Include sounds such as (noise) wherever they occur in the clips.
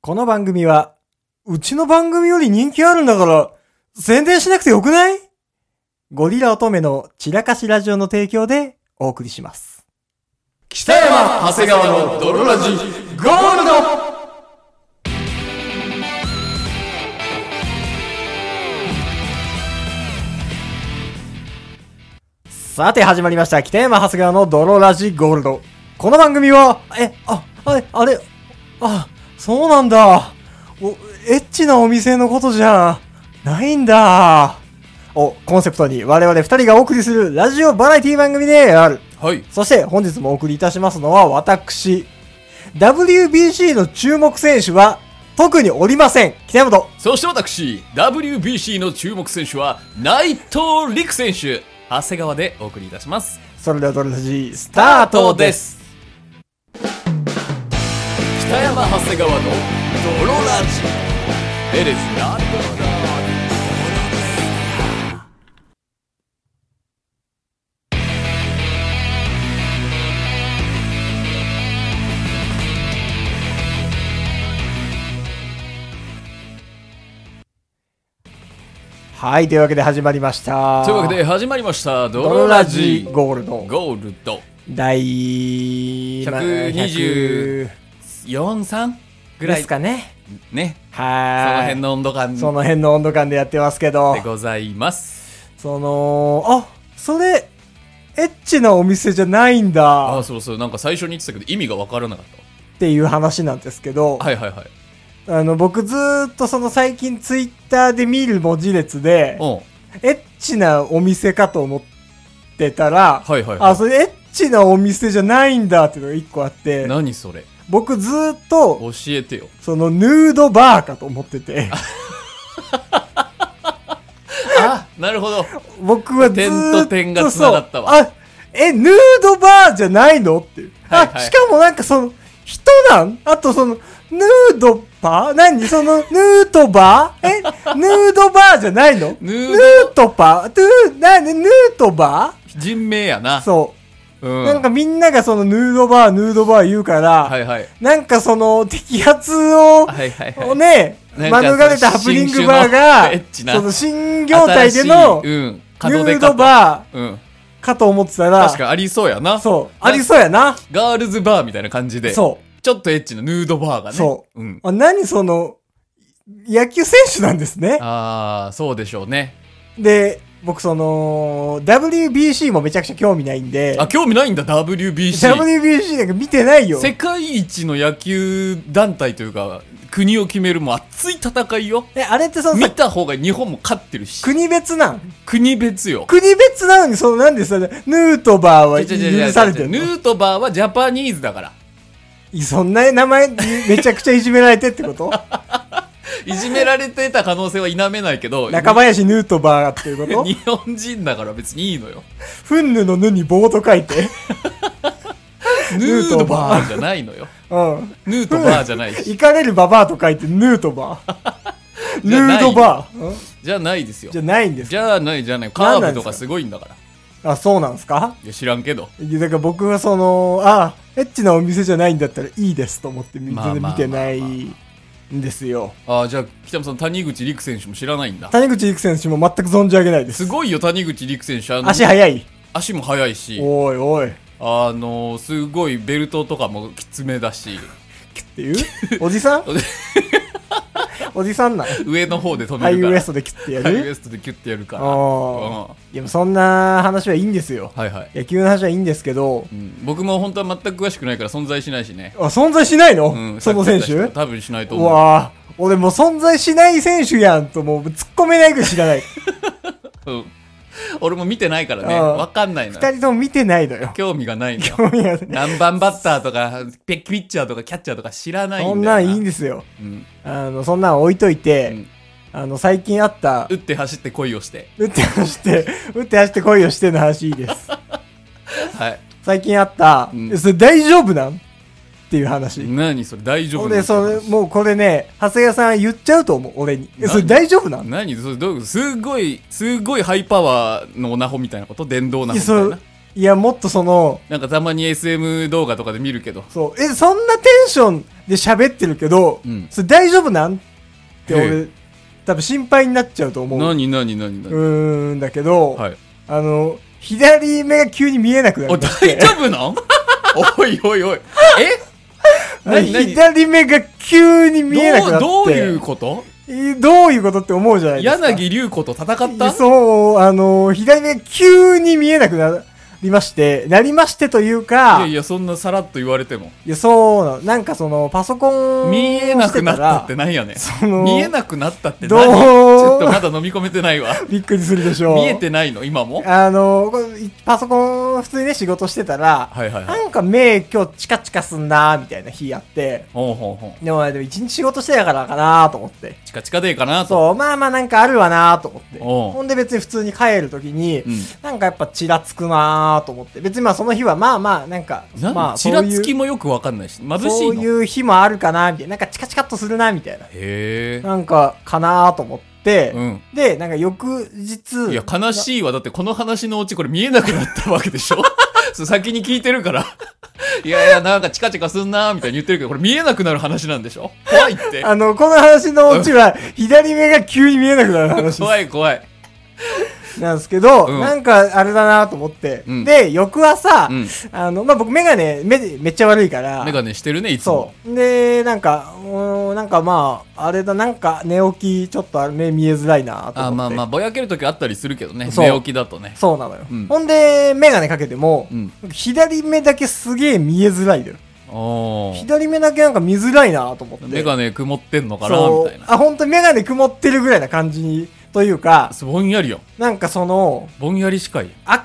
この番組は、うちの番組より人気あるんだから、宣伝しなくてよくないゴリラ乙女の散らかしラジオの提供でお送りします。北山長谷川の泥ラジゴールドさて始まりました、北山長谷川の泥ラジゴールド。この番組は、え、あ、あれ、あれ、あ、そうなんだ。お、エッチなお店のことじゃ、ないんだ。をコンセプトに我々二人がお送りするラジオバラエティ番組である。はいそして本日もお送りいたしますのは私。WBC の注目選手は特におりません。北山と。そして私 WBC の注目選手は内藤陸選手長谷川でお送りいたしますそれではドルラジスタートです。す北山長谷川の泥ラジ It is not はい、というわけで始まりました。というわけで、始まりましたド泥ロララジジゴールド。ゴールド第まあ120 100 43ぐらでいすかね。ねそのはい。辺の温度感そでの辺の温度感でやってますけど。ございますその、あ、それ、エッチなお店じゃないんあだあっそうそうなんか最初に言ってたけど意味が分からなかったていう話なんですけど。はいはいはい。あの、僕ずーっとその最近ツイッターで見る文字列で、うん。エッチなお店かと思ってたら、はいはいあ、はそれエッチなお店じゃないんだっていうのが一個あっい。て、何それ僕ずーっと、教えてよ。そのヌードバーかと思ってて、あなるほど。僕はずーっとそう。点と点が繋がったわあ、え、ヌードバーじゃないのっていう。はいはあ、いしかもなんかその、人なんあとその、ヌードバー何その、ヌートバーえ、ヌードバーじゃないのヌヌーートパー、ヌー、な、ヌートバ人名やな。ーそうう。ん。なんかみんながそのヌードバー、ヌードバー言うから、はいはい。なんかその摘発を、はいはいはいをね、な免んかれたハプニングバー新種のエッチが、なその新業態での新しいうん。ヌ門出ー方ドバうん。ーかと思ってたら確、かありそうやな。そう、あなりそうやな。ガールズバーみたいな感じで。。そうちょっとエッチなヌードバーがね。。そううん。う。あ何その、野球選手なんですね。あー、そうでしょうね。で、僕その、WBC もめちゃくちゃ興味ないんで、あ、興味ないんだ、WBC。 WBC なんか見てないよ。世界一の野球団体というか、国を決めるもう熱い戦いよ。え、あれってその見さ、た方が日本も勝ってるし。国別なん国別よ。国別なのに、その、なんでそれ、ヌートバーは違う違う違う許されてるヌのートバーはジャパニーズだから。いそんな名前、めちゃくちゃいじめられてってこと (laughs) いじめられてた可能性は否めないけど、中林ヌートバーっていうこと日本人だから別にいいのよ。ふんぬのぬに棒と書いて。ヌヌーートトバーバーじゃないのよ。うん。ヌートバーじゃな (laughs) いし。行かれるババアと書いてヌートバー。 (laughs) じヌゃーないドバー。うんじゃないですよじ。ゃないんですじゃあないじゃない。カーブとかすごいんだから。あ、そうなんですかいや知らんけど。いやだから僕はその、あ、エッチなお店じゃないんだったらいいですと思って見てまあまあまあ見てないんですよ。ああ、じゃあ北村さん、谷口陸選手も知らないんだ。谷口育選手も全く存じ上げないですす。ごいよ、谷口陸選手。あの足速い。足も速いし、おいおい。あの、すごいベルトとかもきつめだし、っていうおじ (laughs) さんおじさんなん上の方で止ハめイるかウエらス。トで切ってやハイウエるストでキュッてやるから。あうんあいやそんな話はいいんですよはいはい、野球の話はいいんですけどうん僕も本当は全く詳しくないから存在しないしね、あ存在しないの、うん、その選さっき言った人手多分しないとう思うわあ俺もう存在しない選手やんともう突っ込めないぐらい知らないうん、俺も見てないからねうん分かんないの二よ人とも見てないのよ興味がないのいよや何番バッターとかピピッチャーとかキャッチャーとか知らないんだそよんななんいいんですようんあのそんなん置いといて、うんあの最近あった打って走って恋をして打って走って打って走って恋をしての話いいですはい最近あった、うんえそれ大丈夫なんっていう話。何それ大丈夫俺、なのそれ、もうこれね、長谷川さん言っちゃうと思う、俺に。え何それ大丈夫なんい何それどういうことすごいすごいハイパワーのオナホみたいなこと電動オナホや、みたいそなういや、もっとその、なんかたまに SM 動画とかで見るけどそう、え、そんなテンンションで喋ってるけど、うんそれ大丈夫なんってえ俺、多分心配になっちゃうと思う。何何何う何ーん、だけど、はい。あの、左目が急に見えなくなりお、まし大て丈 (laughs) 夫なんおいおいおい。え何何左目が急に見えなくなって。どうどういうことえどういうことって思うじゃないですか。柳龍子と戦ったそう、あの、左目が急に見えなくなりまして、なりましてというか、いやいや、そんなさらっと言われても。いやそうなの。なんかその、パソコンを見えなくなったっしててなんやねん。たら、その、見えなくなったってどう何ちょっとまだ飲み込めてないわ。びっくりするでしょう。見えてないの今もあの、こういパソコン普通にね、仕事してたら、はいはいはい。なんか目今日チカチカすんなーみたいな日あって、ほうほうほう。でも、でも一日仕事してたからかなーと思って。チカチカでえかなと。そう、まあまあなんかあるわなーと思って。おうほんで別に普通に帰るときに、うんなんかやっぱちらつくなーと思って。別にまあその日はまあまあ、なんか、なんまあちらつきもよくわかんないし、貧しそういう、そういの。へいう日もあるかなーみたいな。なんかチカチカっとするなーみたいな。え。なんか、かなーと思って、うんで、なんか翌日、いや、悲しいわ。だってこの話のうちこれ見えなくなったわけでし (laughs) ょそう先に聞いてるから。 (laughs) いやいや、なんかチカチカすんなーみたいに言ってるけど、これ見えなくなる話なんでしょ怖いって。あの、この話のオチは、左目が急に見えなくなる話怖い怖い。なんですけど、うんなんかあれだなと思って、うんで、翌朝、うんあの、まあ、僕メガネ、目で、めっちゃ悪いから、メガネしてるね、いつそも。う。で、なんか、うーんなんかまあ、あれだ、なんか寝起き、ちょっとあれ目見えづらいなと思って。あまあまあ、ぼやけるときあったりするけどね。そう寝起きだとね。そうなのよ。うんほんで、メガネかけても、うん左目だけすげえ見えづらいだよ。おー左目だけなんか見づらいなと思って。メガネ曇ってんのかなそうみたいな。あ、本当にメガネ曇ってるぐらいな感じというか、ぼんやりよ。なんかその、ぼんやりしかい。あ、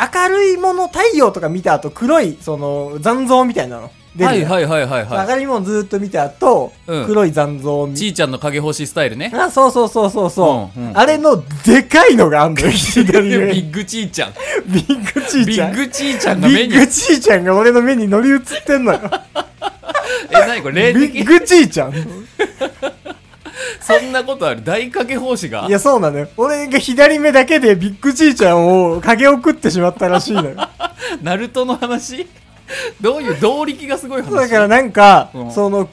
明るいもの、太陽とか見た後、黒い、その、残像みたいなの。出はるいじゃんはいはいはいは明るいものずーっと見た後、うん黒い残像をい。見ちいちゃんの影星スタイルね。あ、そうそうそうそうそう、うんうんあれの、でかいのがあんのよ、ビ左上に。ッグちいちゃん。ビッグちい (laughs) ビちゃッん。ビグちいちゃんが目に。ッグちいちゃんが俺の目に乗り移ってんのよ。え、なにこれ、 (laughs) 霊ビッ的グちいちゃん。そんなことある大影奉仕がいや、そうなのよ。俺が左目だけでビッグちいちゃんを影を食ってしまったらしいの (laughs) よ。ナルトの話 (laughs) どういう動力がすごい話だからなんか、うんその、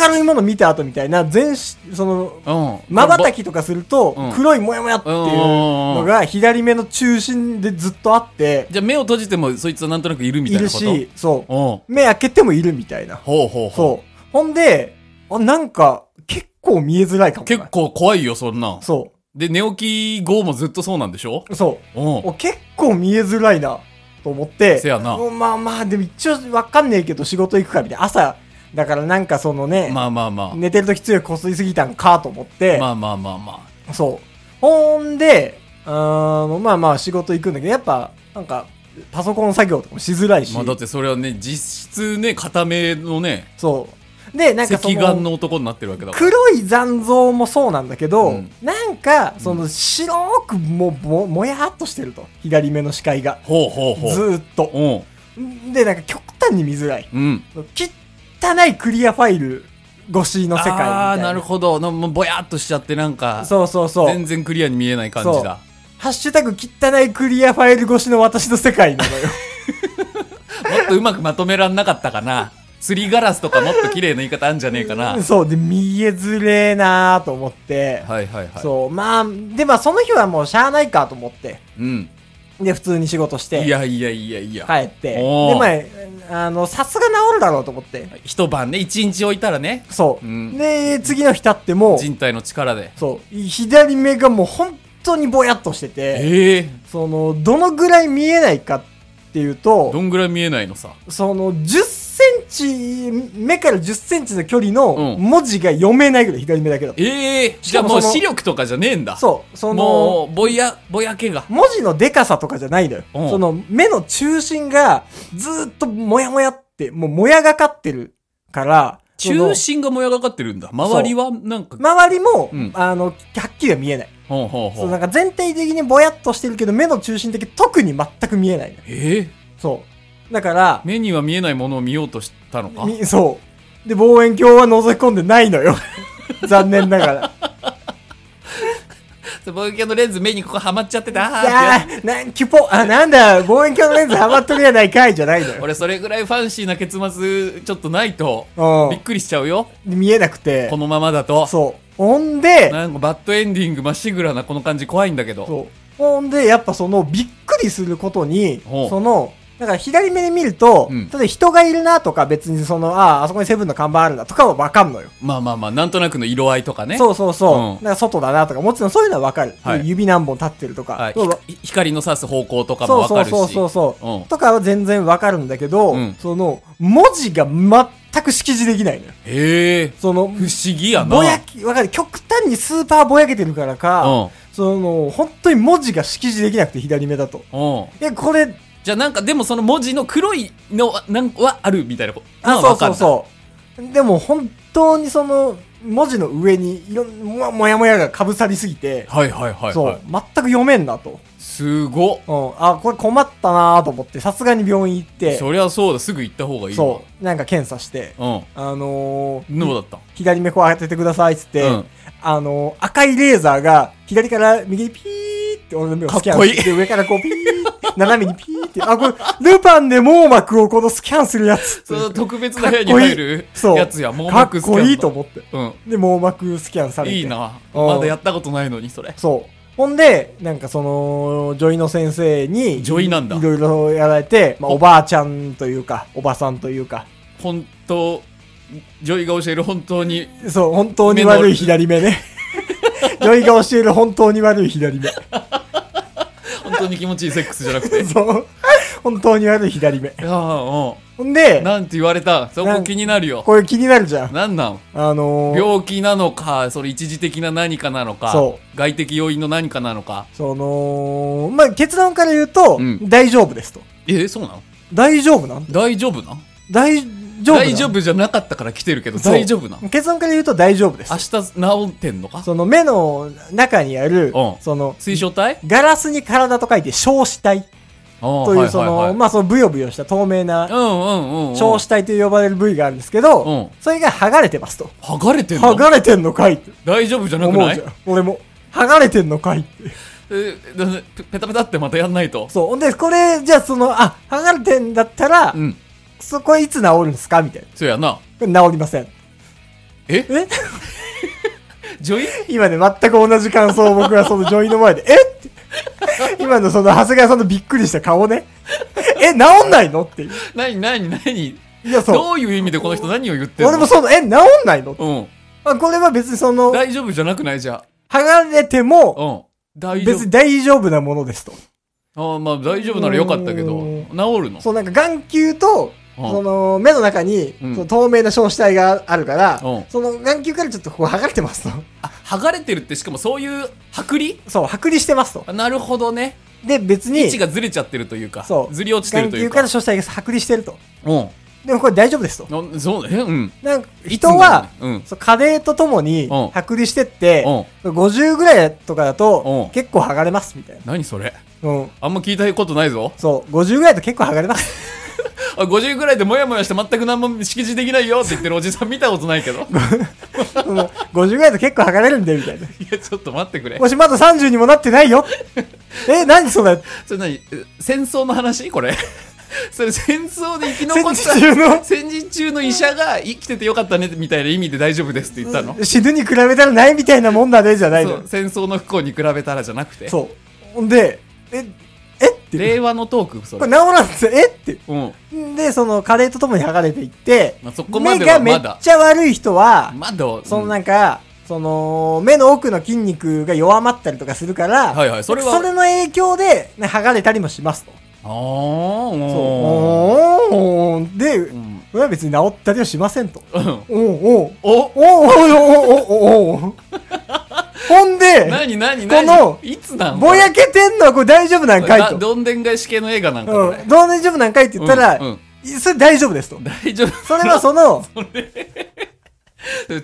明るいもの見た後みたいな、全身、その、うん瞬きとかするとうん、黒いもやもやっていうのが左目の中心でずっとあって、じゃあ目を閉じてもそいつはなんとなくいるみいたいるなことうんし、そう。ほ目開けてもいるみたいな。うほうほそう。ほんで、あ、なんか、結構見えづらいかうもな。結構怖いよそんなんそで寝起き後もずっとそうなんでしょう。そうう。ん (laughs) お結構見えづらいな、と思って。せやなもうまあまあ、でも一応わかんねえけど仕事行くかみたいな。朝、だからなんかそのね、まあまあまあ寝てる時強くこすりすぎたんかと思って。まあまあまあまそう。ほんで、あの、まあまあ仕事行くんだけど、やっぱ、なんか、パソコン作業とかもしづらいあし。まあだってそれはね実質ね固めのねそう。で、なんかそ赤眼の、の男になってるわけだから黒い残像もそうなんだけど、うんなんか、その、白くも、も、もやっとしてると。左目の視界が。ほうほうずほうーっと。で、なんか極端に見づらい。うんうん汚いクリアファイル越しの世界みたいな。ああーなるほどなもうぼやっとしちゃってなんかそうそうそう。全然クリアに見えない感じだハッシュタグ汚いクリアファイル越しの私の世界なのよ。もっとうまくまとめらんなかったかな。すりガラスとかもっと綺麗な言い (laughs) 方あんじゃねえかな。はいそう、で、見えづれえなーと思って、はいはそう、まあ、で、まあ、その日はもうしゃあないかと思って、い。うん。で、普通に仕事して、い帰やいやいやいや。って、おーで、まあ、あの、さすが治るだろうと思って、一晩ね、一日置いたらね、そう。うんで、次の日経っても、人体の力で。そう、左目がもう本当にぼやっとしてて、ええその、どのぐらい見えないかっていうどと、んぐらい見えないのさ。その、10センチ、目から10センチの距離のうん文字が読めないぐらい左目だけだった。ええしじゃかあももうその視力とかじゃねえんだ。そう、その、もう、ぼや、ぼやけが。文字のデカさとかじゃないのよ。うんその目の中心がずーっともやもやって、もうもやがかってるから、その中心がもやがかってるんだ。周りはなんか、周りも、うんあの、はっきりは見えない。ほうほうそのほなんう。か全体的にぼやっとしてるけど、目の中心だけ特に全く見えないのよ。ええそう。だから、目には見えないものを見ようとしたのか。みそう。で、望 (laughs) 遠鏡は覗き込んでないのよ。残念ながら。望遠鏡のレンズ目にここはまっちゃってたあーってやあーなキュポあなんだ望遠鏡のレンズハマっとるやないかいじゃないのつよ (laughs) 俺それぐらいファンシーな結末ちょっとないとうんびっくりしちゃうよ見えなくてこのままだとそうほんでなんかバッドエンディングまっしぐらなこの感じ怖いんだけどそうほんでやっぱそのびっくりすることにほうそのだから左目で見ると、うん例えば人がいるなとか別にそのあああそこにセブンの看板あるなとかはわかんのよまあまあまあなんとなくの色合いとかねそうそうそう、うんなんか外だなとかもちろんそういうのはわかる、はい指何本立ってるとか、はいそうひ光の差す方向とかもそうわそかうるしそうそうそう、うんとかは全然わかるんだけど、うんその文字が全く識字できないのよへえその不思議やなぼやきわかる極端にスーパーぼやけてるからか、その本当に文字が識字できなくて左目だとうんうえんこれじゃあなんかでもその文字の黒いのはなんかはあるみたいなことあ、そうそううそう。でも本当にその文字の上にいろんなもやもやがかぶさりすぎて、はいはいはい、はい、そう、全く読めんなと。すごっうん、あ、これ困ったなと思って、さすがに病院行って、そりゃそうだすぐ行った方がいいわそう、なんか検査して、うんあのー、どうだった左目こう当ててくださいっつって、うんあのー、赤いレーザーが左から右にピーって俺の目をスキャンかっこいいで上からこうピーっ (laughs) て斜めにピーって、あ、これ、ルパンで網膜をこのスキャンするやつってその特別な部屋に入るそうやつや網かっ膜スキャンこだいいと思って。うんで、網膜スキャンされて。いいなうんまだやったことないのにそれそう。ほんで、なんかその、女医の先生に、女医なんだいろいろやられて、まあ、おばあちゃんというか、おばさんというか、本当女医が教える本当にそう、本当に悪い左目ね。女医が教える本当に悪い左目。本当に気持ちいいセックスじゃな (laughs) くてそう。本当に悪い左目。ほあんあうんで、なんて言われたそこ気になるよこれ気になるじゃん。なんなんあのー、病気なのかそれ一時的な何かなのかそ外的要因の何かなのかその、まあ、結論から言うと、うん大丈夫ですと。えそうなの大丈夫なん大丈夫なん大丈夫なん大丈夫じゃなかったから来てるけどそう大丈夫なん結論から言うと大丈夫です明。日治ってんのかその目の中にある、うんその、水晶体ガラスに体と書いて、小子体とという、その、まあ、その、ブヨブヨした透明うなんうんうんうん小子体と呼ばれる部位があるんですけうどん、それが剥がれてますと。剥がれてん剥のがれてんのかいって大丈夫じゃな思くうなじゃいん。俺も。剥がれてんのかいって。えだペペタペタってまたやんないとそう。ほんで、これ、じゃあその、あ、剥がれてんだったらう、んそこいつ治るんですかみたいな。そうやなこれ治りません。ええ (laughs) 女医今ね、全く同じ感想を僕はその女医の前で、えって。今のその、長谷川さんのびっくりした顔ね。え、治んないのっていう。何何何いや、そう。どういう意味でこの人何を言ってんの俺もその、え、治んないのうんあこれは別にその、剥大丈夫じゃなくないじゃがれてあも、うん大丈夫別に大丈夫なものですと。ああまあ大丈夫ならよかったけどうーん治るのそう、なんか眼球と、うんその、目の中に、うんその透明な小子体があるからうん、その眼球からちょっとこう剥がれてますと。あ剥がれてるってしかもそういう剥離そう、剥離してますとあ。なるほどねで、別位に置、がずれちゃってるというかそうずり落ちて眼るとい球うかから小子体が剥離してると。うんでもこれ大丈夫ですと。なそうねうんなんか人は、いつもねうんそう加齢とともにうん剥離してって、う50ぐらいとかだとうん結構剥がれますみたい何それな。うん。あんま聞いたことないぞそう、50ぐらいだと結構剥がれます。 (laughs) あ50ぐらいでモヤモヤして全く何も識字できないよって言ってるおじさん見たことないけど (laughs) いその50ぐらいだと結構剥がれるんで、みたいな。やちょっと待ってくれもしまだ30にもなってないよ。え、何それそれ何え戦争の話これ (laughs) それ戦争で生き残戦っ時た中の戦時中の医者が生きててよかったねみたいな意味で大丈夫ですって言ったの死ぬに比べたらないみたいなもんだね、じゃないそのう。戦争の不幸に比べたらじゃなくてそう。ほんで、え、えって。令和のトークそこれれ治らんですよ、えって。うんで、その加齢とともに剥がれていって、まあそこまで目はがめまっだちゃ悪い人は、まだうんそのなんか、その、目の奥の筋肉が弱まったりとかするから、はいはいそれはの影響で、ね、剥がれたりもしますと。そあう。ーおーで、ううんれは別に治ったりはしませんと。うんおうおうおおうおうおうおうおうおうほんで、何何何このいつなのぼやけてんのはこれ大丈夫なんかいなと。どんでん返し系の映画なんかこうん。れどう大丈夫なんかいって言ったら、うんうんいそれ大丈夫ですと。大丈夫それはそ (laughs) の、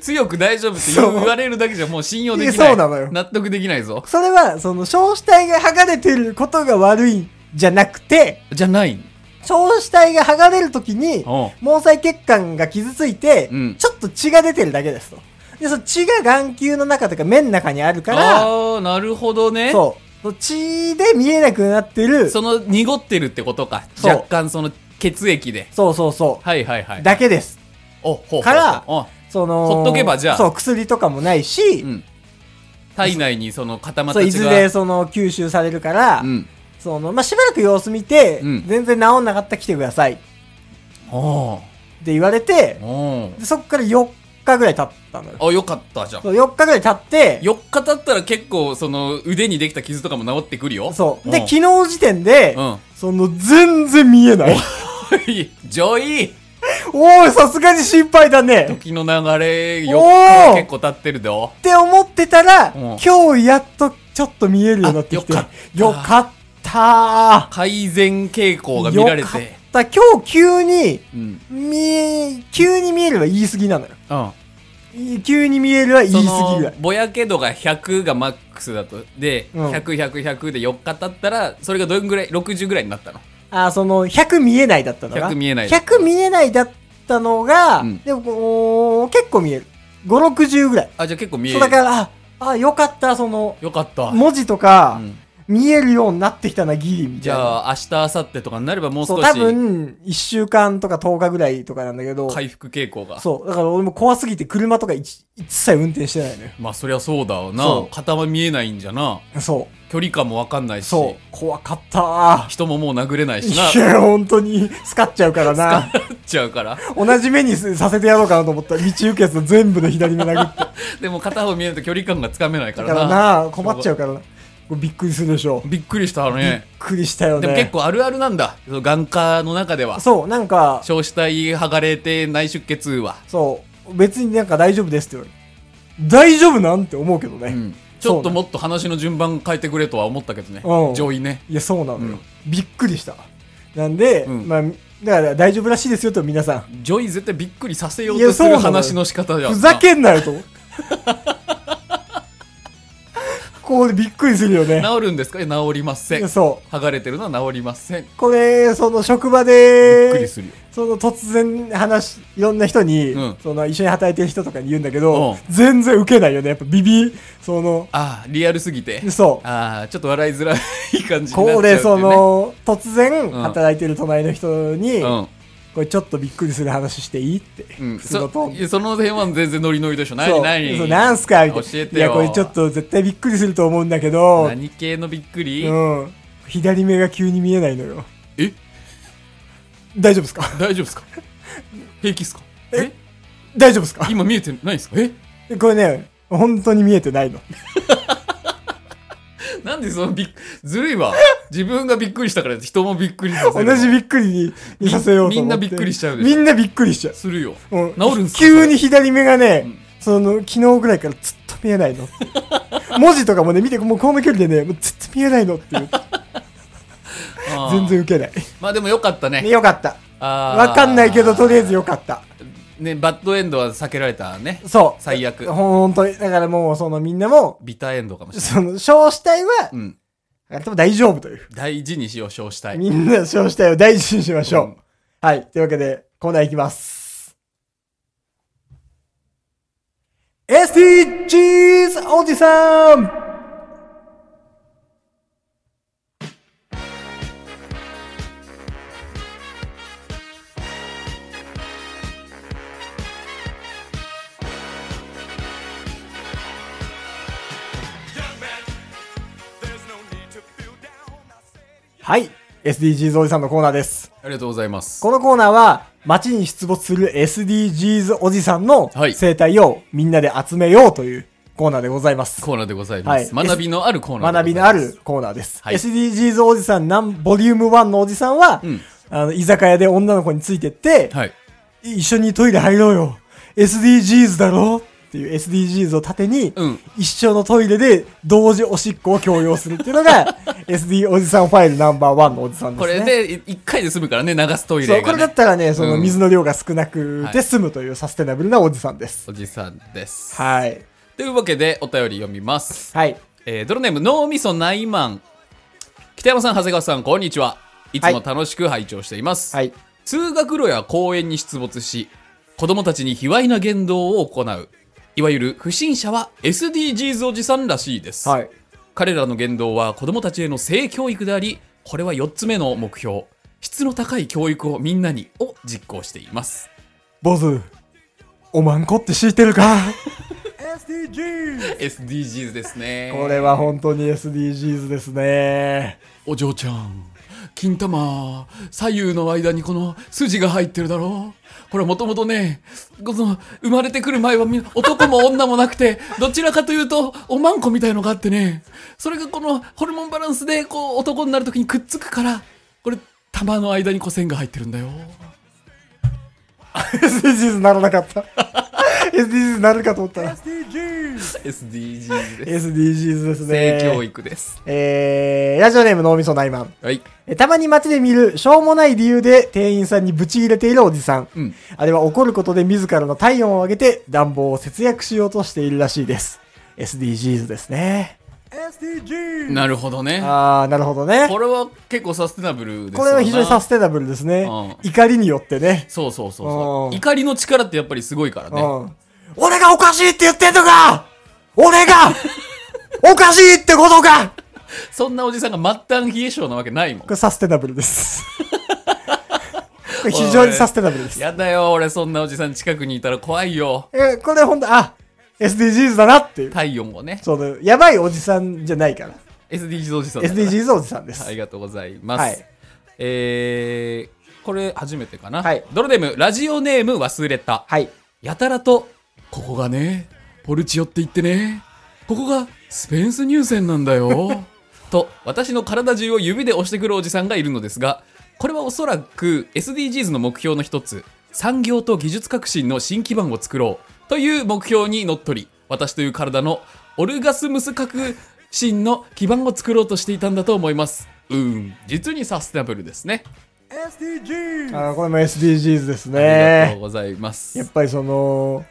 強く大丈夫って言そうう言われるだけじゃもう信用できいやそうない。なのよ納得できないぞ。それは、その、小子体が剥がれてることが悪いんじゃなくて、じゃない。小子体が剥がれるときに、おう毛細血管が傷ついて、うんちょっと血が出てるだけですと。で、その血が眼球の中とか目の中にあるから、ああ、なるほどね。そう。その血で見えなくなってる、そその濁ってるってことか。そう若干その血液で。うそうそはいはいはう。い。だけです。お、ほうほうほうからおその、ほっとけばじゃあそう、薬とかもないし、うん。体内にその固まったそう、い血ずが。れその吸収されるから、うん。その、まあ、しばらく様子見て、うん全然治んなかったら来てくださいってお言われてー、おーでそっから4日ぐらい経ったのよ。あ、よかったじゃん。そう4日ぐらい経って、 4日経ったら結構その腕にできた傷とかも治ってくるよ。そう。で、ん昨日時点で、うん。 (laughs) その、全然見えない。いいジョイ (laughs) おい、さすがに心配だね。時の流れ、4日おーは結構経ってるぞ。って思ってたら、うん今日やっとちょっと見えるようになってきて。あよよかかった改善傾向がー。見られ。よかってた。今日急に、うん。見え、急に見えるは言い過ぎなのよ。うん。い急に見えるは言そい過ぎぐらのい。ぼやけ度が100がマックスだとで、うん100100で4日経ったらそれがどれぐらい60ぐらいになったのあー、その、100見えないだったのが。 100見えない100見えないだったのが、うんでもこう、結構見える。5、60ぐらい。あじゃあ結構見えそうるだから、あ、あ、よかった、その、よかった、文字とか、うん見えるようになってきたな、ギリみたじいな。ゃあ明日明後日とかになればもうそ少う、し多分、1週間とか10日ぐらいとかなんだけど、回復傾向がそう、だから俺も怖すぎて車とか一一切運転してないのよ。まあそりゃそうだわそな肩は見えないんじゃなそ、距離感もわかんないうしそう、怖かったー。人ももう殴れないしない (laughs) や、本当に、スカっちゃうからな。打っちゃうから同じ目にすさせてやろうかなと思ったら、道行くやつの全部の左目殴って。でも片方見えると距離感がつかめないかだらかならな、困っちゃうからな。これびっくりするでしょ。びっびっくりしたわねくりしたよね。でも結構あるあるなんだその眼科の中ではそう、なんか、少子体剥がれて内出血は、そう、別になんか大丈夫ですって言われる。大丈夫なんて思うけどね。うん、ちょっともっと話の順番変えてくれとは思ったけどねうん上位ねいや、そうなのよ。うんびっくりした。なんで、うんまあ、だから大丈夫らしいですよと、皆さ上位絶対びっくりさせよういやとすそうなるのよ話の仕方じん。ゃんふざけんなよと。 (laughs) ここでびっくりするよね。治るんですかいや治りませいんやそう。剥がれてるのは治りませんびこれ、その職場っくりで、するよその突然話、いろんな人に、うんその一緒に働いてる人とかに言うんだけど、うん全然ウケないよね。やっぱビビ、その、ああリアルすぎてそう。ああちょっと笑いづらい感じになっちゃうっていうねこれ、その、突然うん働いてる隣の人に、うんこれちょっとびっくりする話していいって。うん、普通のそトーンいやその辺は全然ノリノリでしそょ何う何そうなんすかみたいな。教えてよいや、これちょっと絶対びっくりすると思うんだけど、何系のびっくり、うん。左目が急に見えないのよ。え大丈夫ですか (laughs) 大丈夫ですか平気っすかええ大丈夫ですか今見えてないですかえこれね、本当に見えてないの。なんでそのびっずるい (laughs) わ。自分がびっくりしたから人もびっくりさせ同る。じびっくりにさせようと思って。みんなびっくりしちゃうでしみょんなびっくりしちゃう。するよ。うん、治るんすか急に左目がね、うんその、昨日ぐらいからずっと見えないの。 (laughs) 文字とかもね、見て、もうこの距離でね、もうずっと見えないのっていう。あー全然ウケない。まあでもよかった (laughs) ね。よかった。わわかんないけど、とりあえずよかった。ね、バッドエンドは避けられたね。そう。最悪ほんとに。だからもう、そのみんなも、ビターエンドかもしれその、少子体は、ない。うん。あれでも大丈夫という。大事にしよう、称したい。みんな少子体を大事にしましょう。うんはい。というわけで、コーナーいきます。SDGs おじさんはい。SDGs おじさんのコーナーです。ありがとうございます。このコーナーは、街に出没する SDGs おじさんのはい生態をみんなで集めようというコーナーでございます。コーナーでございます。はい学びのあるコーナー学でびごのあざいまする。コーナーです。はい SDGs おじさんなん、ボリューム1のおじさんは、うんあの、居酒屋で女の子についてって、はい。一緒にトイレ入ろうよ。SDGs だろっていう SDGs を盾に、うん一緒のトイレで同時おしっこを強要するっていうの (laughs) が、SD おじさんファイルナンバーワンのおじさんでこすね。れでい一回で済むからね、流すトイそう、レこがれだっね。たらね、そのうん水の量が少なくはてい済むというサステナブルなおじさんです。おじさんです。はい。というわけで、お便り読みます。はい。えードロネーム脳みそないマン北山さん長谷川さんこんにちはいつも楽しく拝聴しています、はい。通学路や公園に出没し子供たちに卑猥な言動を行ういわゆる不審者は SDGs おじさんらしいです、はい。彼らの言動は子供たちへの性教育でありこれは4つ目の目標質の高い教育をみんなにを実行しています坊主、おまんこって知ってるか ?SDGs! SDGs ですねこれは本当に SDGs ですね。お嬢ちゃん金玉左右の間にこの筋が入ってるだろうこれもともとねこの生まれてくる前はみ男も女もなくてどちらかというとおまんこみたいのがあってねそれがこのホルモンバランスでこう男になるときにくっつくからこれ玉の間にこう線が入ってるんだよ SDGs ならなかった。SDGs なるかと思ったら。SDGs! SDGs です SDGs ですね。性教育ですえー、ラジオネーム脳みそないまん。はいえたまに街で見る、しょうもない理由で店員さんにブチ切れているおじさん。うんあれは怒ることで自らの体温を上げて暖房を節約しようとしているらしいです。SDGs ですね。SDGs! なるほどねああ、なるほどね。これは結構サステナブルですこれは非常にサテステナブルですね。う怒りによってね。そうそうそううそんう怒りの力ってやっぱりすごいからうねん。俺がおかしいって言ってんのか俺がおかしいってことかそんなおじさんが末端冷え性なわけないもんこ。れサステナブルです。 (laughs) これ非常にサステナブルです。やだよ、俺そんなおじさん近くにいたら怖いよ。え、これほんと、あ、SDGs だなっていう。体温をね。その、やばいおじさんじゃないから。 SDGs おじさんだから。 SDGs おじさんです。ありがとうございます。はいえー、これ初めてかな。はいドロデム、ラジオネーム忘れた。はい。やたらと、ここがね、ポルチオって言ってね、ここがスペンス入選なんだよ。 (laughs) と、私の体中を指で押してくるおじさんがいるのですが、これはおそらく SDGs の目標の一つ、産業と技術革新の新基盤を作ろうという目標にのっとり、私という体のオルガスムス革新の基盤を作ろうとしていたんだと思います。うん、実にサステナブルですね。あこれも SDGs ですありがとうね。ございます。やっぱりその、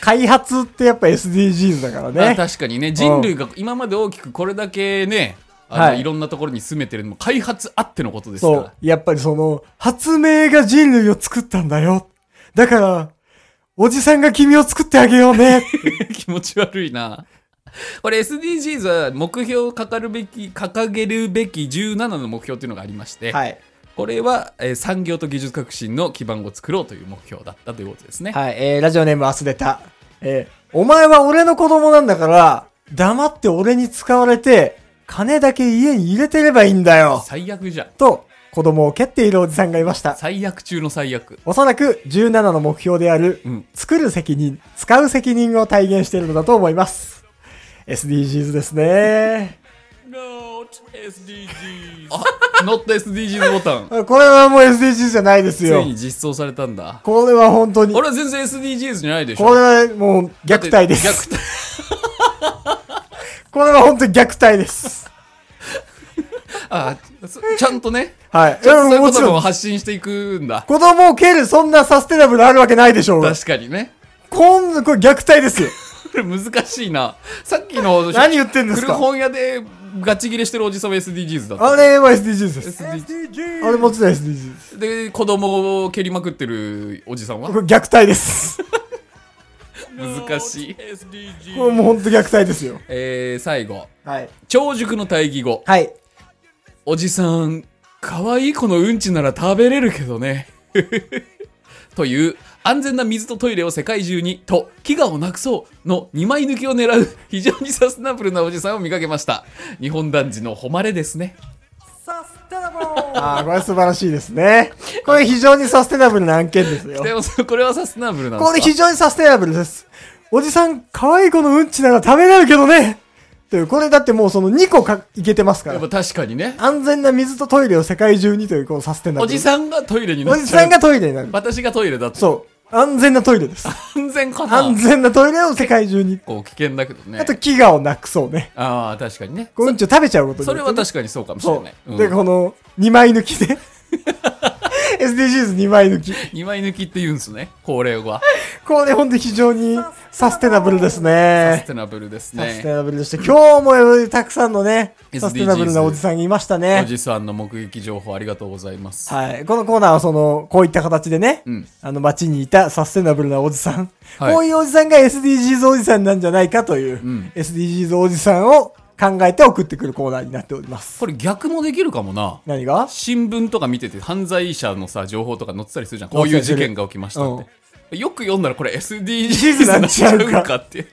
開発ってやっぱ SDGs だからまあね。確かにね人類が今まで大きくこれだけねあの、はいい、ろんなところに住めてるのも開発あってのことですかそうら。やっぱりその、発明が人類を作ったんだよ。だから、おじさんが君を作ってあげようね。 (laughs) 気持ち悪いなこれ SDGs は目標を掲るべき掲げるべき17の目標というのがありまして、はい。これは、えー産業と技術革新の基盤を作ろうという目標だったということですね、はい、えー、ラジオネーム忘れた。えー、お前は俺の子供なんだから、黙って俺に使われて、金だけ家に入れてればいいんだよ。最悪じゃんと、子供を蹴っているおじさんがいました。最悪中の最悪おそらく17の目標である、うん作る責任、使う責任を体現しているのだと思います。SDGs ですね。 Not SDGs あ Not SDGs ボタンこれはもう SDGs じゃないですつよい。に実装されたんだこれは本当に、こ俺は全然 SDGs じゃないでしょれはもう虐待です。虐待これは本当に虐待です。あそ (laughs) ちゃんとね、はい。いちゃやんとそういうもこちとろんも、発信していくんだ。子供を蹴る、そんなサステナブルあるわけないでしょうが。確かにね。こんな、これ虐待ですよ。これ難しいな。さっきの、何言ってんです古か本屋でガチ切れしてるおじさんは SDGs だった。あれは SDGs です。 SDGs あれもちろん SDGs です。で、子供を蹴りまくってるおじさんこはれ虐待です。難しい。これもう本当虐待ですよ。えー、最後。はい。長熟の対義語。はい。おじさん、可愛い子のうんちなら食べれるけどね。 (laughs) という、安全な水とトイレを世界中にと、飢餓をなくそうの2枚抜きを狙う非常にサステナブルなおじさんを見かけました。日本男児の誉れですね。ああ、これ素晴らしいですね。これ非常にサステナブルな案件ですよ。でも、これはサステナブルなんですこかれ非常にサステナブルです。おじさん、可愛い子のうんちなら食べれるけどね。という、これだってもうその2個かいけてますかやらっ。ぱ確かにね。安全な水とトイレを世界中にという、このサステナブル。おじさんがトイレになおっじちゃさ。うんがトイレになる。私がトイレだと。そう。安全なトイレです。安全かな安結全なトイレを世界中に。構危険だけどねあ。と、飢餓をなくそうね。ああ、確かにね。こううんちを食べちゃうことそにそよってれねは確かにそうかもしれそない。う。うんで、この、2枚抜きで。SDGs2 枚抜き。二枚抜きって言うんすね、高齢は。これ本当に非常にサステナブルですサスね。テナブルですサステね。ナブルでして、今日もたくさんのね、 SDGs サステナブルなおじさんがいましたおね。じさんの目撃情報ありがとうございます。はい。このコーナーはその、こういった形でね、うん。あの街にいたサステナブルなおじさん、はいこういうおじさんが SDGs おじさんなんじゃないかという、ん SDGs おじさんを考えて送ってくるコーナーになっております。これ逆もできるかもな。何が新聞とか見てて犯罪者のさ情報とか載ってたりするじゃんこういう事件が起きましたって、よく読んだらこれ SDGs になっちゃうかって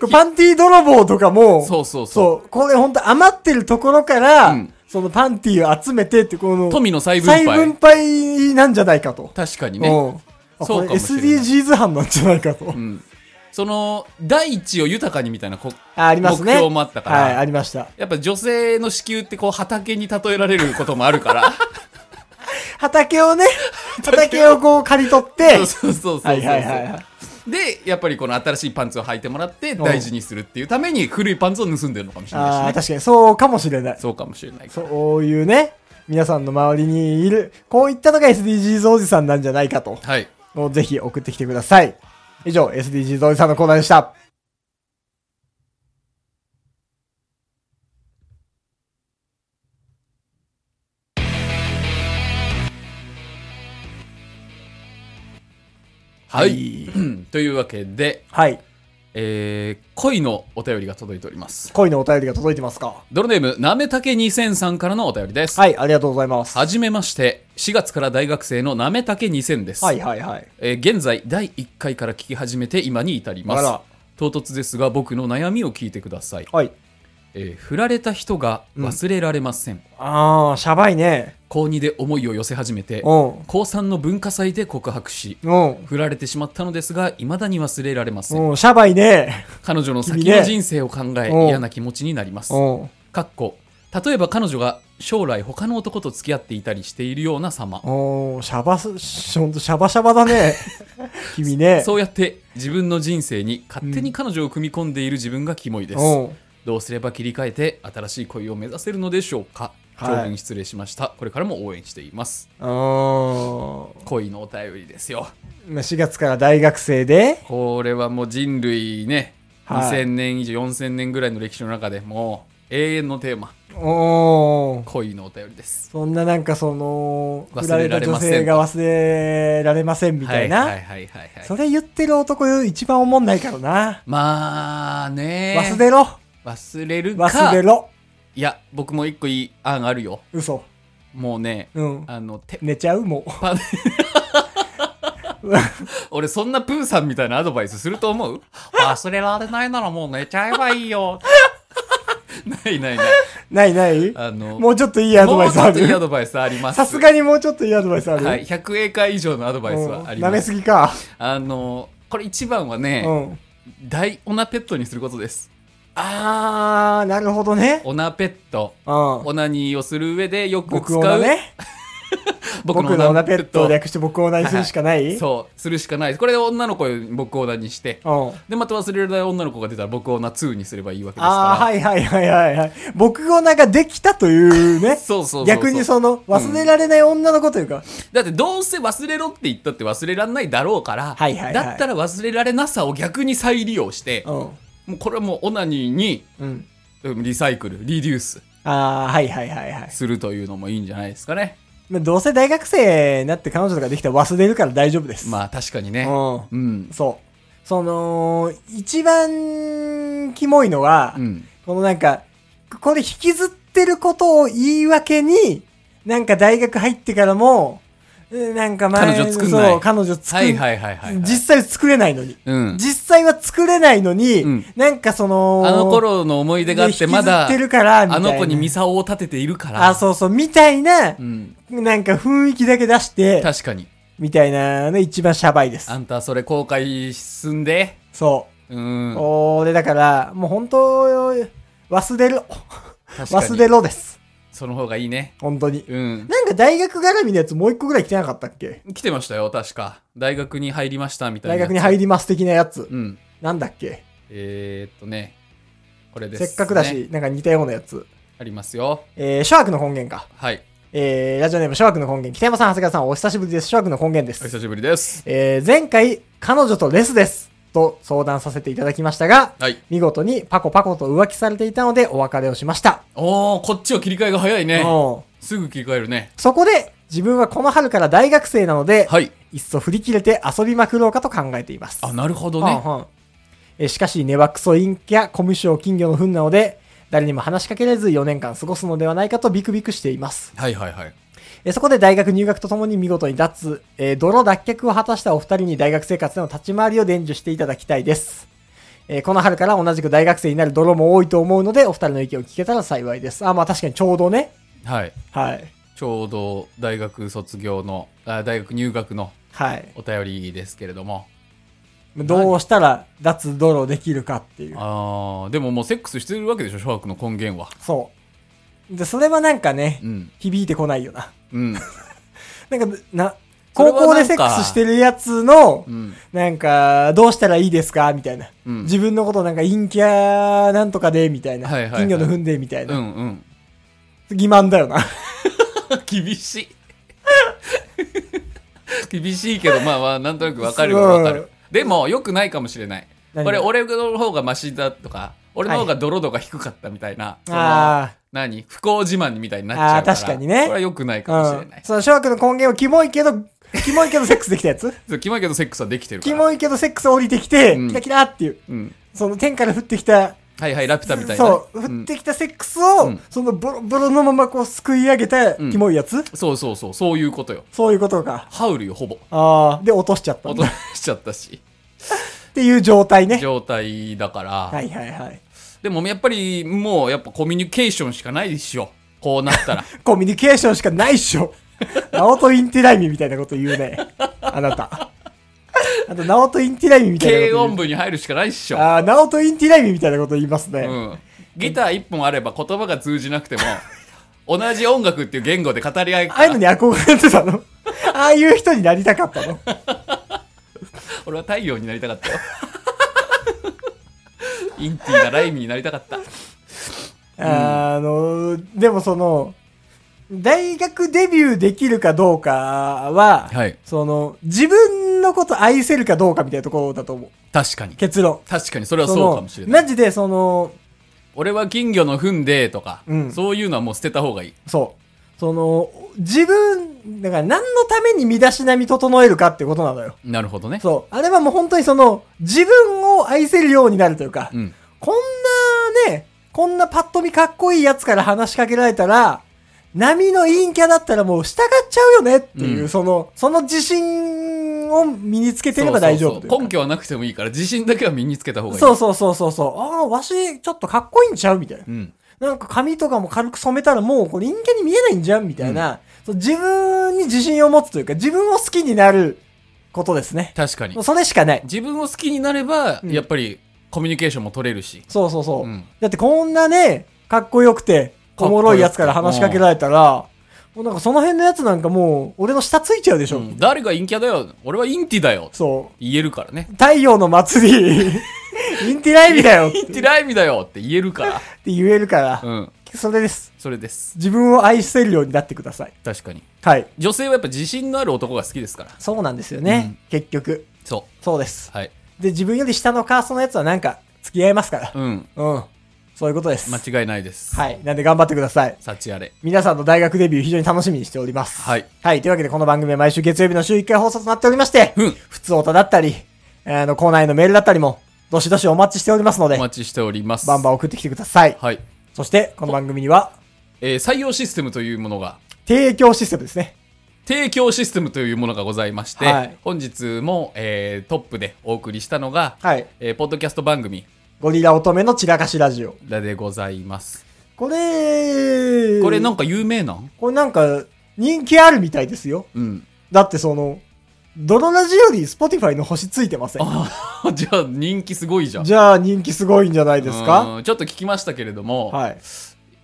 これパンティー泥棒とかも、そうそうそそうう、これ本当余ってるところから、うんそのパンティーを集めてって、この、富の再分再配分配なんじゃないかと。確かにうね、ん。あそこうかれもしれない SDGs 班なんじゃないかと。うん、その大地を豊かにみたいなこあ、ありますね。目標もあったからはい、ありました。やっぱ女性の子宮ってこう畑に例えられることもあるから (laughs) 畑を (laughs) ね、畑をこう刈り取って、そうそうそうそうそう、はいはいはいはい。でやっぱりこの新しいパンツを履いてもらって大事にするっていうために古いパンツを盗んでるのかもしれないしあねあ、確かにそうかもしれない。そうかもしれないそういうね、皆さんの周りにいる、こういったのが SDGs おじさんなんじゃないかと、はいもうぜひ送ってきてください。以上、SDGs おじさんのコーナーでした。。はい (clears throat) というわけではい。えー恋のお便りが届いております。恋のお便りが届いてますかドロネーム、なめたけ2000さんからのお便りです。はい、ありがとうございます。はじめまして、4月から大学生のなめたけ2000です。はいはいはい。えー現在、第1回から聞き始めて今に至りまあすら。唐突ですが、僕の悩みを聞いてください。はい。えー振られた人が忘れられません。ああ、しゃばいね。高2で思いを寄せ始めうん。て、高3の文化祭で告白し、うん。振られてしまったのですが、未だに忘れられません。うん、しゃばいね。彼女の先君のね人生を考え、うん嫌な気持ちになります。うん。かっこ例えば彼女が将来他の男と付き合っていたりしているような様おー、シャバす、しほんとシャバシャバだ (laughs) ね。君ね。そうやって自分の人生に勝手に彼女を組み込んでいる自分がキモいです、うん。どうすれば切り替えて新しい恋を目指せるのでしょうかはい長文失礼しました、これからも応援していますうーん。恋のお便りですよまあ4月から大学生で、これはもう人類ね、はい2000年以上4000年ぐらいの歴史の中でもう永遠のテーマおー恋のお便りですそんななんかその、振忘られれらたれ女ません性が忘れられませんみたいはな。いはいはいはい、そはい、れ言ってる男よ一番思んないからな。まあね忘れろ忘れるか忘れろいや、僕も一個いい案あるよ。嘘。もうね、うん。あの、て、寝ちゃうもう。パ俺そんなプーさんみたいなアドバイスすると思う忘れられないならもう寝ちゃえばいいよ。ないないない。ないないあの、もうちょっといいアドバイスあもうちょっといいアるドバイスあります。さすがにもうちょっといいアドバイスあるはい、100英会以上のアドバイスはあうりん舐まめす。すぎか。あの、これ一番はうね、ん。大オナペットにすることです。あー、なるほどね。オナペット。うん。オナニーをする上でよく僕使うをね。僕僕のオナペットを略して僕をオナにするしかないそう、するしかないです。これで女の子を僕オナにして、うん。で、また忘れられない女の子が出たら僕オナ2にすればいいわけですから。。ああ、はいはいはいはいはい。僕をなんかできたというね (laughs) そうそうそうそう逆にその、忘れられない女の子というか、だってどうせ忘れろって言ったって忘れられないだろうから、はいはいはいだったら忘れられなさを逆に再利用して、うん。もうこれはもうオナニーにうん。うんリサイクル、リデュースああ、はいはいはいはい。するというのもいいんじゃないですかね。まあ、どうせ大学生になって彼女とかできたら忘れるから大丈夫です。まあ確かにね。ううんん。。そう。その、一番、キモいのは、うん。このなんか、これ引きずってることを言い訳に、なんか大学入ってからも、うんなんか前彼女作んないそう、彼女作ん、はいはいはいはい、はい。実際作れないのに。うん。実際は作れないのに、うんなんかその、あの頃の思い出があって、まだ、引きずってるからみたあいなの子にミサオを立てているから。あ、そうそう、みたいなう。、ん。なんか雰囲気だけ出して、確かに。みたいなの一番シャバいですあ。んたそれ後悔すんで。そうう。ん。俺だから、もう本当、忘れろ。確かに忘れろです。その方がいいね。本当に。うん。なんか大学絡みのやつもう一個ぐらい来てなかったっけ来てましたよ、確か。大学に入りましたみたいな大やつ。学に入ります的なやつ。うん。なんだっけえー、っとね、これです、せね。っかくだ。し、なんか似たようなやつ。ありますよ。えー、諸悪の本源か。はい。えー、ラジオネーム、諸悪の根源。北山さん、長谷川さん、お久しぶりです。諸悪の根源でおす。久しぶりです。えー、前回、彼女とレスです。と相談させていただきましたが、はい。見事にパコパコと浮気されていたのでお別れをしました。おー、こっちは切り替えが早いね。うんすぐ切り替えるね。そこで、自分はこの春から大学生なので、はい。いっそ振り切れて遊びまくろうかと考えています。あ、なるほどね。うんうんえしかし、根はクソ陰キャ、コミュ障金魚の糞なので、誰にも話しかけれず4年間過ごすのではないかとビクビクしています。はいはいはい。えそこで大学入学とともに見事に脱、えー泥脱却を果たしたお二人に大学生活での立ち回りを伝授していただきたいです。えーこの春から同じく大学生になる泥も多いと思うので、お二人の意見を聞けたら幸いです。あ、まあ確かにちょうどね。はい。はい。ちょうど大学卒業の、あ大学入学のはい。お便りですけれども。どうしたら脱泥できるかっていう。あー、でももうセックスしてるわけでしょ、諸悪の根源は。そう。で、それはなんかねう、ん。響いてこないよな。 (laughs) うん。なんか、な、それ高校はなんかでセックスしてるやつのう、ん。なんか、どうしたらいいですかみたいな。うん自分のことなんか陰キャなんとかで、みたいな。はいはいはい金魚の糞で、みたいうな。んうん。欺瞞だよな。厳しい (laughs) 厳しいけどまあまあなんとなくわかるわわかそうるでもよくないかもしれない何これ俺の方がマシだとか俺の方が泥度が低かったみたいな、そのあ何不幸自慢みたいになっちゃうからあー確かにねこれはよくないかもしあ。うれんない、。その、小学の根源をキモいけど、キモいけどセックスできたや (laughs) つそうキモいけどセックスはできてるかキらモいけどセックス降りてきて、うんキラキラっていう。うん、その天から降ってきた、はいはいラピュタみたいなそう、ん降ってきたセックスを、うんそのボロボロのままこうすくい上げた、うんキモいやつそうそうそうそういうことよそういうことか。ハウルよほぼああ、で落としちゃったん落だとしちゃったしっていう状態ね。状態だから、はいはいはい。でもやっぱりもうやっぱコミュニケーションしかないでしょこうなったらコミュニケーションしかないっしょ。ナオト・インティライミみたいなこと言うね。あなた。あと、ナオト・インティライミみたいなこと軽言う。音部に入るしかないっしょ。ああ、ナオト・インティライミみたいなこと言いますね。うん、ギター一本あれば言葉が通じなくても、同じ音楽っていう言語で語り合いああいうのに憧れてたのああいう人になりたかったの俺は太陽になりたかったよ。 (laughs) インティがライミになりたかった。あの、でもその、大学デビューできるかどうかは、はいその、自分のこと愛せるかどうかみたいなところだと思う。確かに。結論。確かに、それはそうかもしれそなのい。マジでその、俺は金魚の糞でとか、うんそういうのはもう捨てた方がいい。そう。その、自分、だから何のために身だしなみ整えるかってことなのよ。なるほどね。そう。あれはもう本当にその、自分を愛せるようになるというか、うん。こんなね、こんなパッと見かっこいいやつから話しかけられたら、波の陰キャだったらもう従っちゃうよねっていう、うんその、その自信を身につけてれば大丈夫とそいううそうかそう根拠はなくてもいいから、自信だけは身につけた方がいい。そうそうそうそうそう。ああ、わし、ちょっとかっこいいんちゃうみたいな。うん。なんか髪とかも軽く染めたらもうこれ陰キャに見えないんじゃんみたいな、そう自分に自信を持つというか、自分を好きになることですね。確かに。それしかない。自分を好きになれば、うんやっぱりコミュニケーションも取れるし。そうそうそう。うんだってこんなね、かっこよくて、おもろいやつから話しかけられたら、もうなんかその辺のやつなんかもう、俺の下ついちゃうでしょ。うん (laughs) 誰が陰キャだよ俺はインティだよそ言えるからねう。太陽の祭り、 (laughs) インティライミだよっイてンティライミだよって言え (laughs) るから言えるから、うんそれです。それです自分を愛せるようになってください。確かにはい。女性はやっぱ自信のある男が好きですからそうなんですよね。結局。そそうです。うはいで、自分より下のカーストのやつはなんか、付き合いますから。うんうん。そういうことです。間違いないですはい。なんで頑張ってください。幸あれ皆さんの大学デビュー非常に楽しみにしております。はい。はい。というわけでこの番組は毎週月曜日の週1回放送となっておりまして、うん普通歌だったり、あの、コーナーへのメールだったりも、どしどしお待ちしておりますのでお、待ちしておりますバンバン送ってきてください。はい、そして、この番組には、えー採用システムというものが提供システムですね。提供システムというものがございまして、はい本日も、えートップでお送りしたのが、はい。えーポッドキャスト番組ゴリラ乙女の散らかしラジオ。らでございますこれ、これなんか有名なんこれなんか、人気あるみたいですよ。うんだってその、ドロラジより Spotify の星ついてません。あーじゃあ人気すごいじゃんじゃあ人気すごいんじゃないですかうんちょっと聞きましたけれども、はい。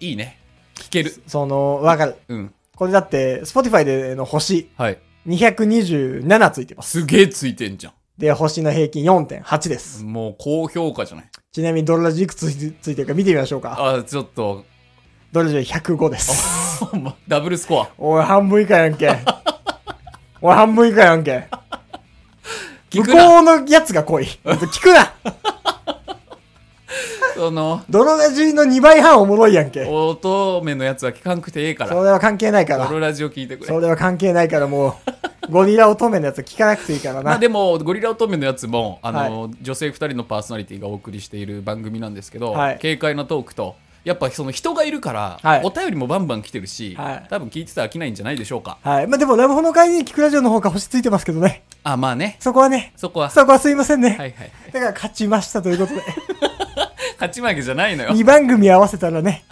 い、いね聞けるその、わかる。うんこれだって、Spotify での星はい227ついてます。すげえついてんじゃで、星の平均4.8です。んもう高評価じゃないちなみにドロラジいくつついてるか見てみましょうか。あちょっと (laughs) ドロラジは105です。です。ほんまダブルスコアおい、半分以下やん (laughs) け。おい、半分以下やんけ。聞向くなこうのやつが (laughs) 来い。聞くなその泥ラジの2倍半おもろいやんけ。乙女のやつは聞かんくてええからそれは関係ないからド。ロラジオ聞いてくれそれは関係ないからも (laughs) う、ゴリラ乙女のやつ聞かなくていいからまあな。でもゴリラ乙女のやつもあの、女性2人のパーソナリティがお送りしている番組なんですけど、はい軽快なトークとやっぱその人がいるから、はいお便りもバンバン来てるし、はい多分聞いてたら飽きないんじゃないでしょうかはい。まあでも、ラブホの帰りに聞くラジオの方が星ついてますけどね。あまあねそこはね、 (laughs) そこはそこはすいませんね。はい (laughs) はいだから勝ちましたということで、勝ち負けじゃないのよ2番組合わせたら (laughs) ね、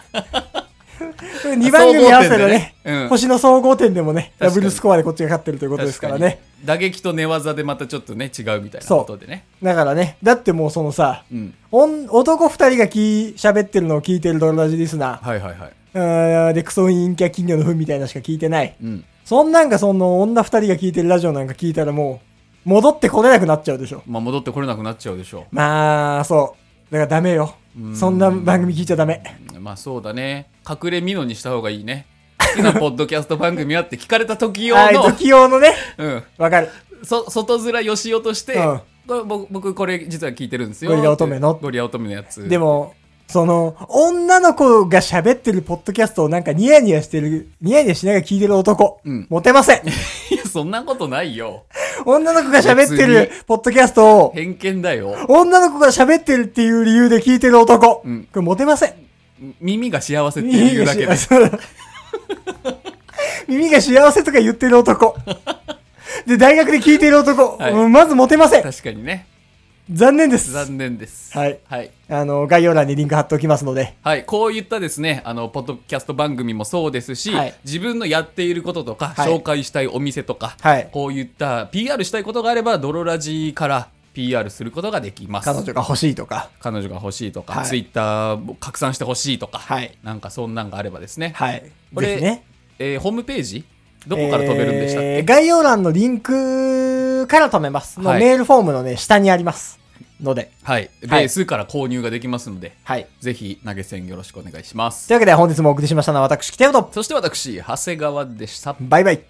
2番組合わせたらね総合点でねうん星の総合点でもね、かにダブルスコアでこっちが勝ってるということですからね。確かに打撃と寝技でまたちょっとね違うみたいなことでねだからね、だってもうそのさ、うんおん男2人がき喋ってるのを聞いてるドロラジリスナーはいはいはい、うーん、で、クソ陰キャ金魚の糞みたいなのしか聞いてない。うん、そんなんかその女2人が聞いてるラジオなんか聞いたらもう、戻ってこれなくなっちゃうでしょ。まあ戻ってこれなくなっちゃうでしょまあ、そう。だからダメよ。そんな番組聞いちゃダメ。うまあそうだね隠れみのにした方がいいね好きなポッドキャスト番組はって聞かれた時 (laughs) 用はい、の、時用のね。うん、わかる。そ外面よしよとして、うんこれ僕僕これ実は聞いてるんですよゴリラ乙女のゴリラ乙女のやつでも、その、女の子が喋ってるポッドキャストをなんかニヤニヤしてる、ニヤニヤしながら聞いてる男。うんモテま (laughs) せん。いやそんなことないよ女の子が喋ってるポッドキャストを、偏見だよ女の子が喋ってるっていう理由で聞いてる男。うんこれモテません。耳が幸せっていうだけ耳でが幸せ耳が幸せとか言ってる男。で、大学で聞いてる男。はいうんまずモテません。確かにね残念です。残念ですはいはいあの、概要欄にリンク貼っておきますので。はい、こういったですねあのポッドキャスト番組もそうですし、はい自分のやっていることとか、はい紹介したいお店とか、はいこういった PR したいことがあればドロラジから PR することができます彼女が欲しいとか。彼女が欲しいとか、はいツイッター拡散してほしいとか、はいなんかそんなんがあればですね、はい。これぜひね。えーホームページどこから飛べるんでしたっけ、えー概要欄のリンクから飛べます。のはいメールフォームのね、下にあります。ので。はい、ベはいースから購入ができますので、はい。ぜひ投げ銭よろしくお願いしますというわけで本日もお送りしましたのは私、キテオと、そして私長谷川でしたバイバイ。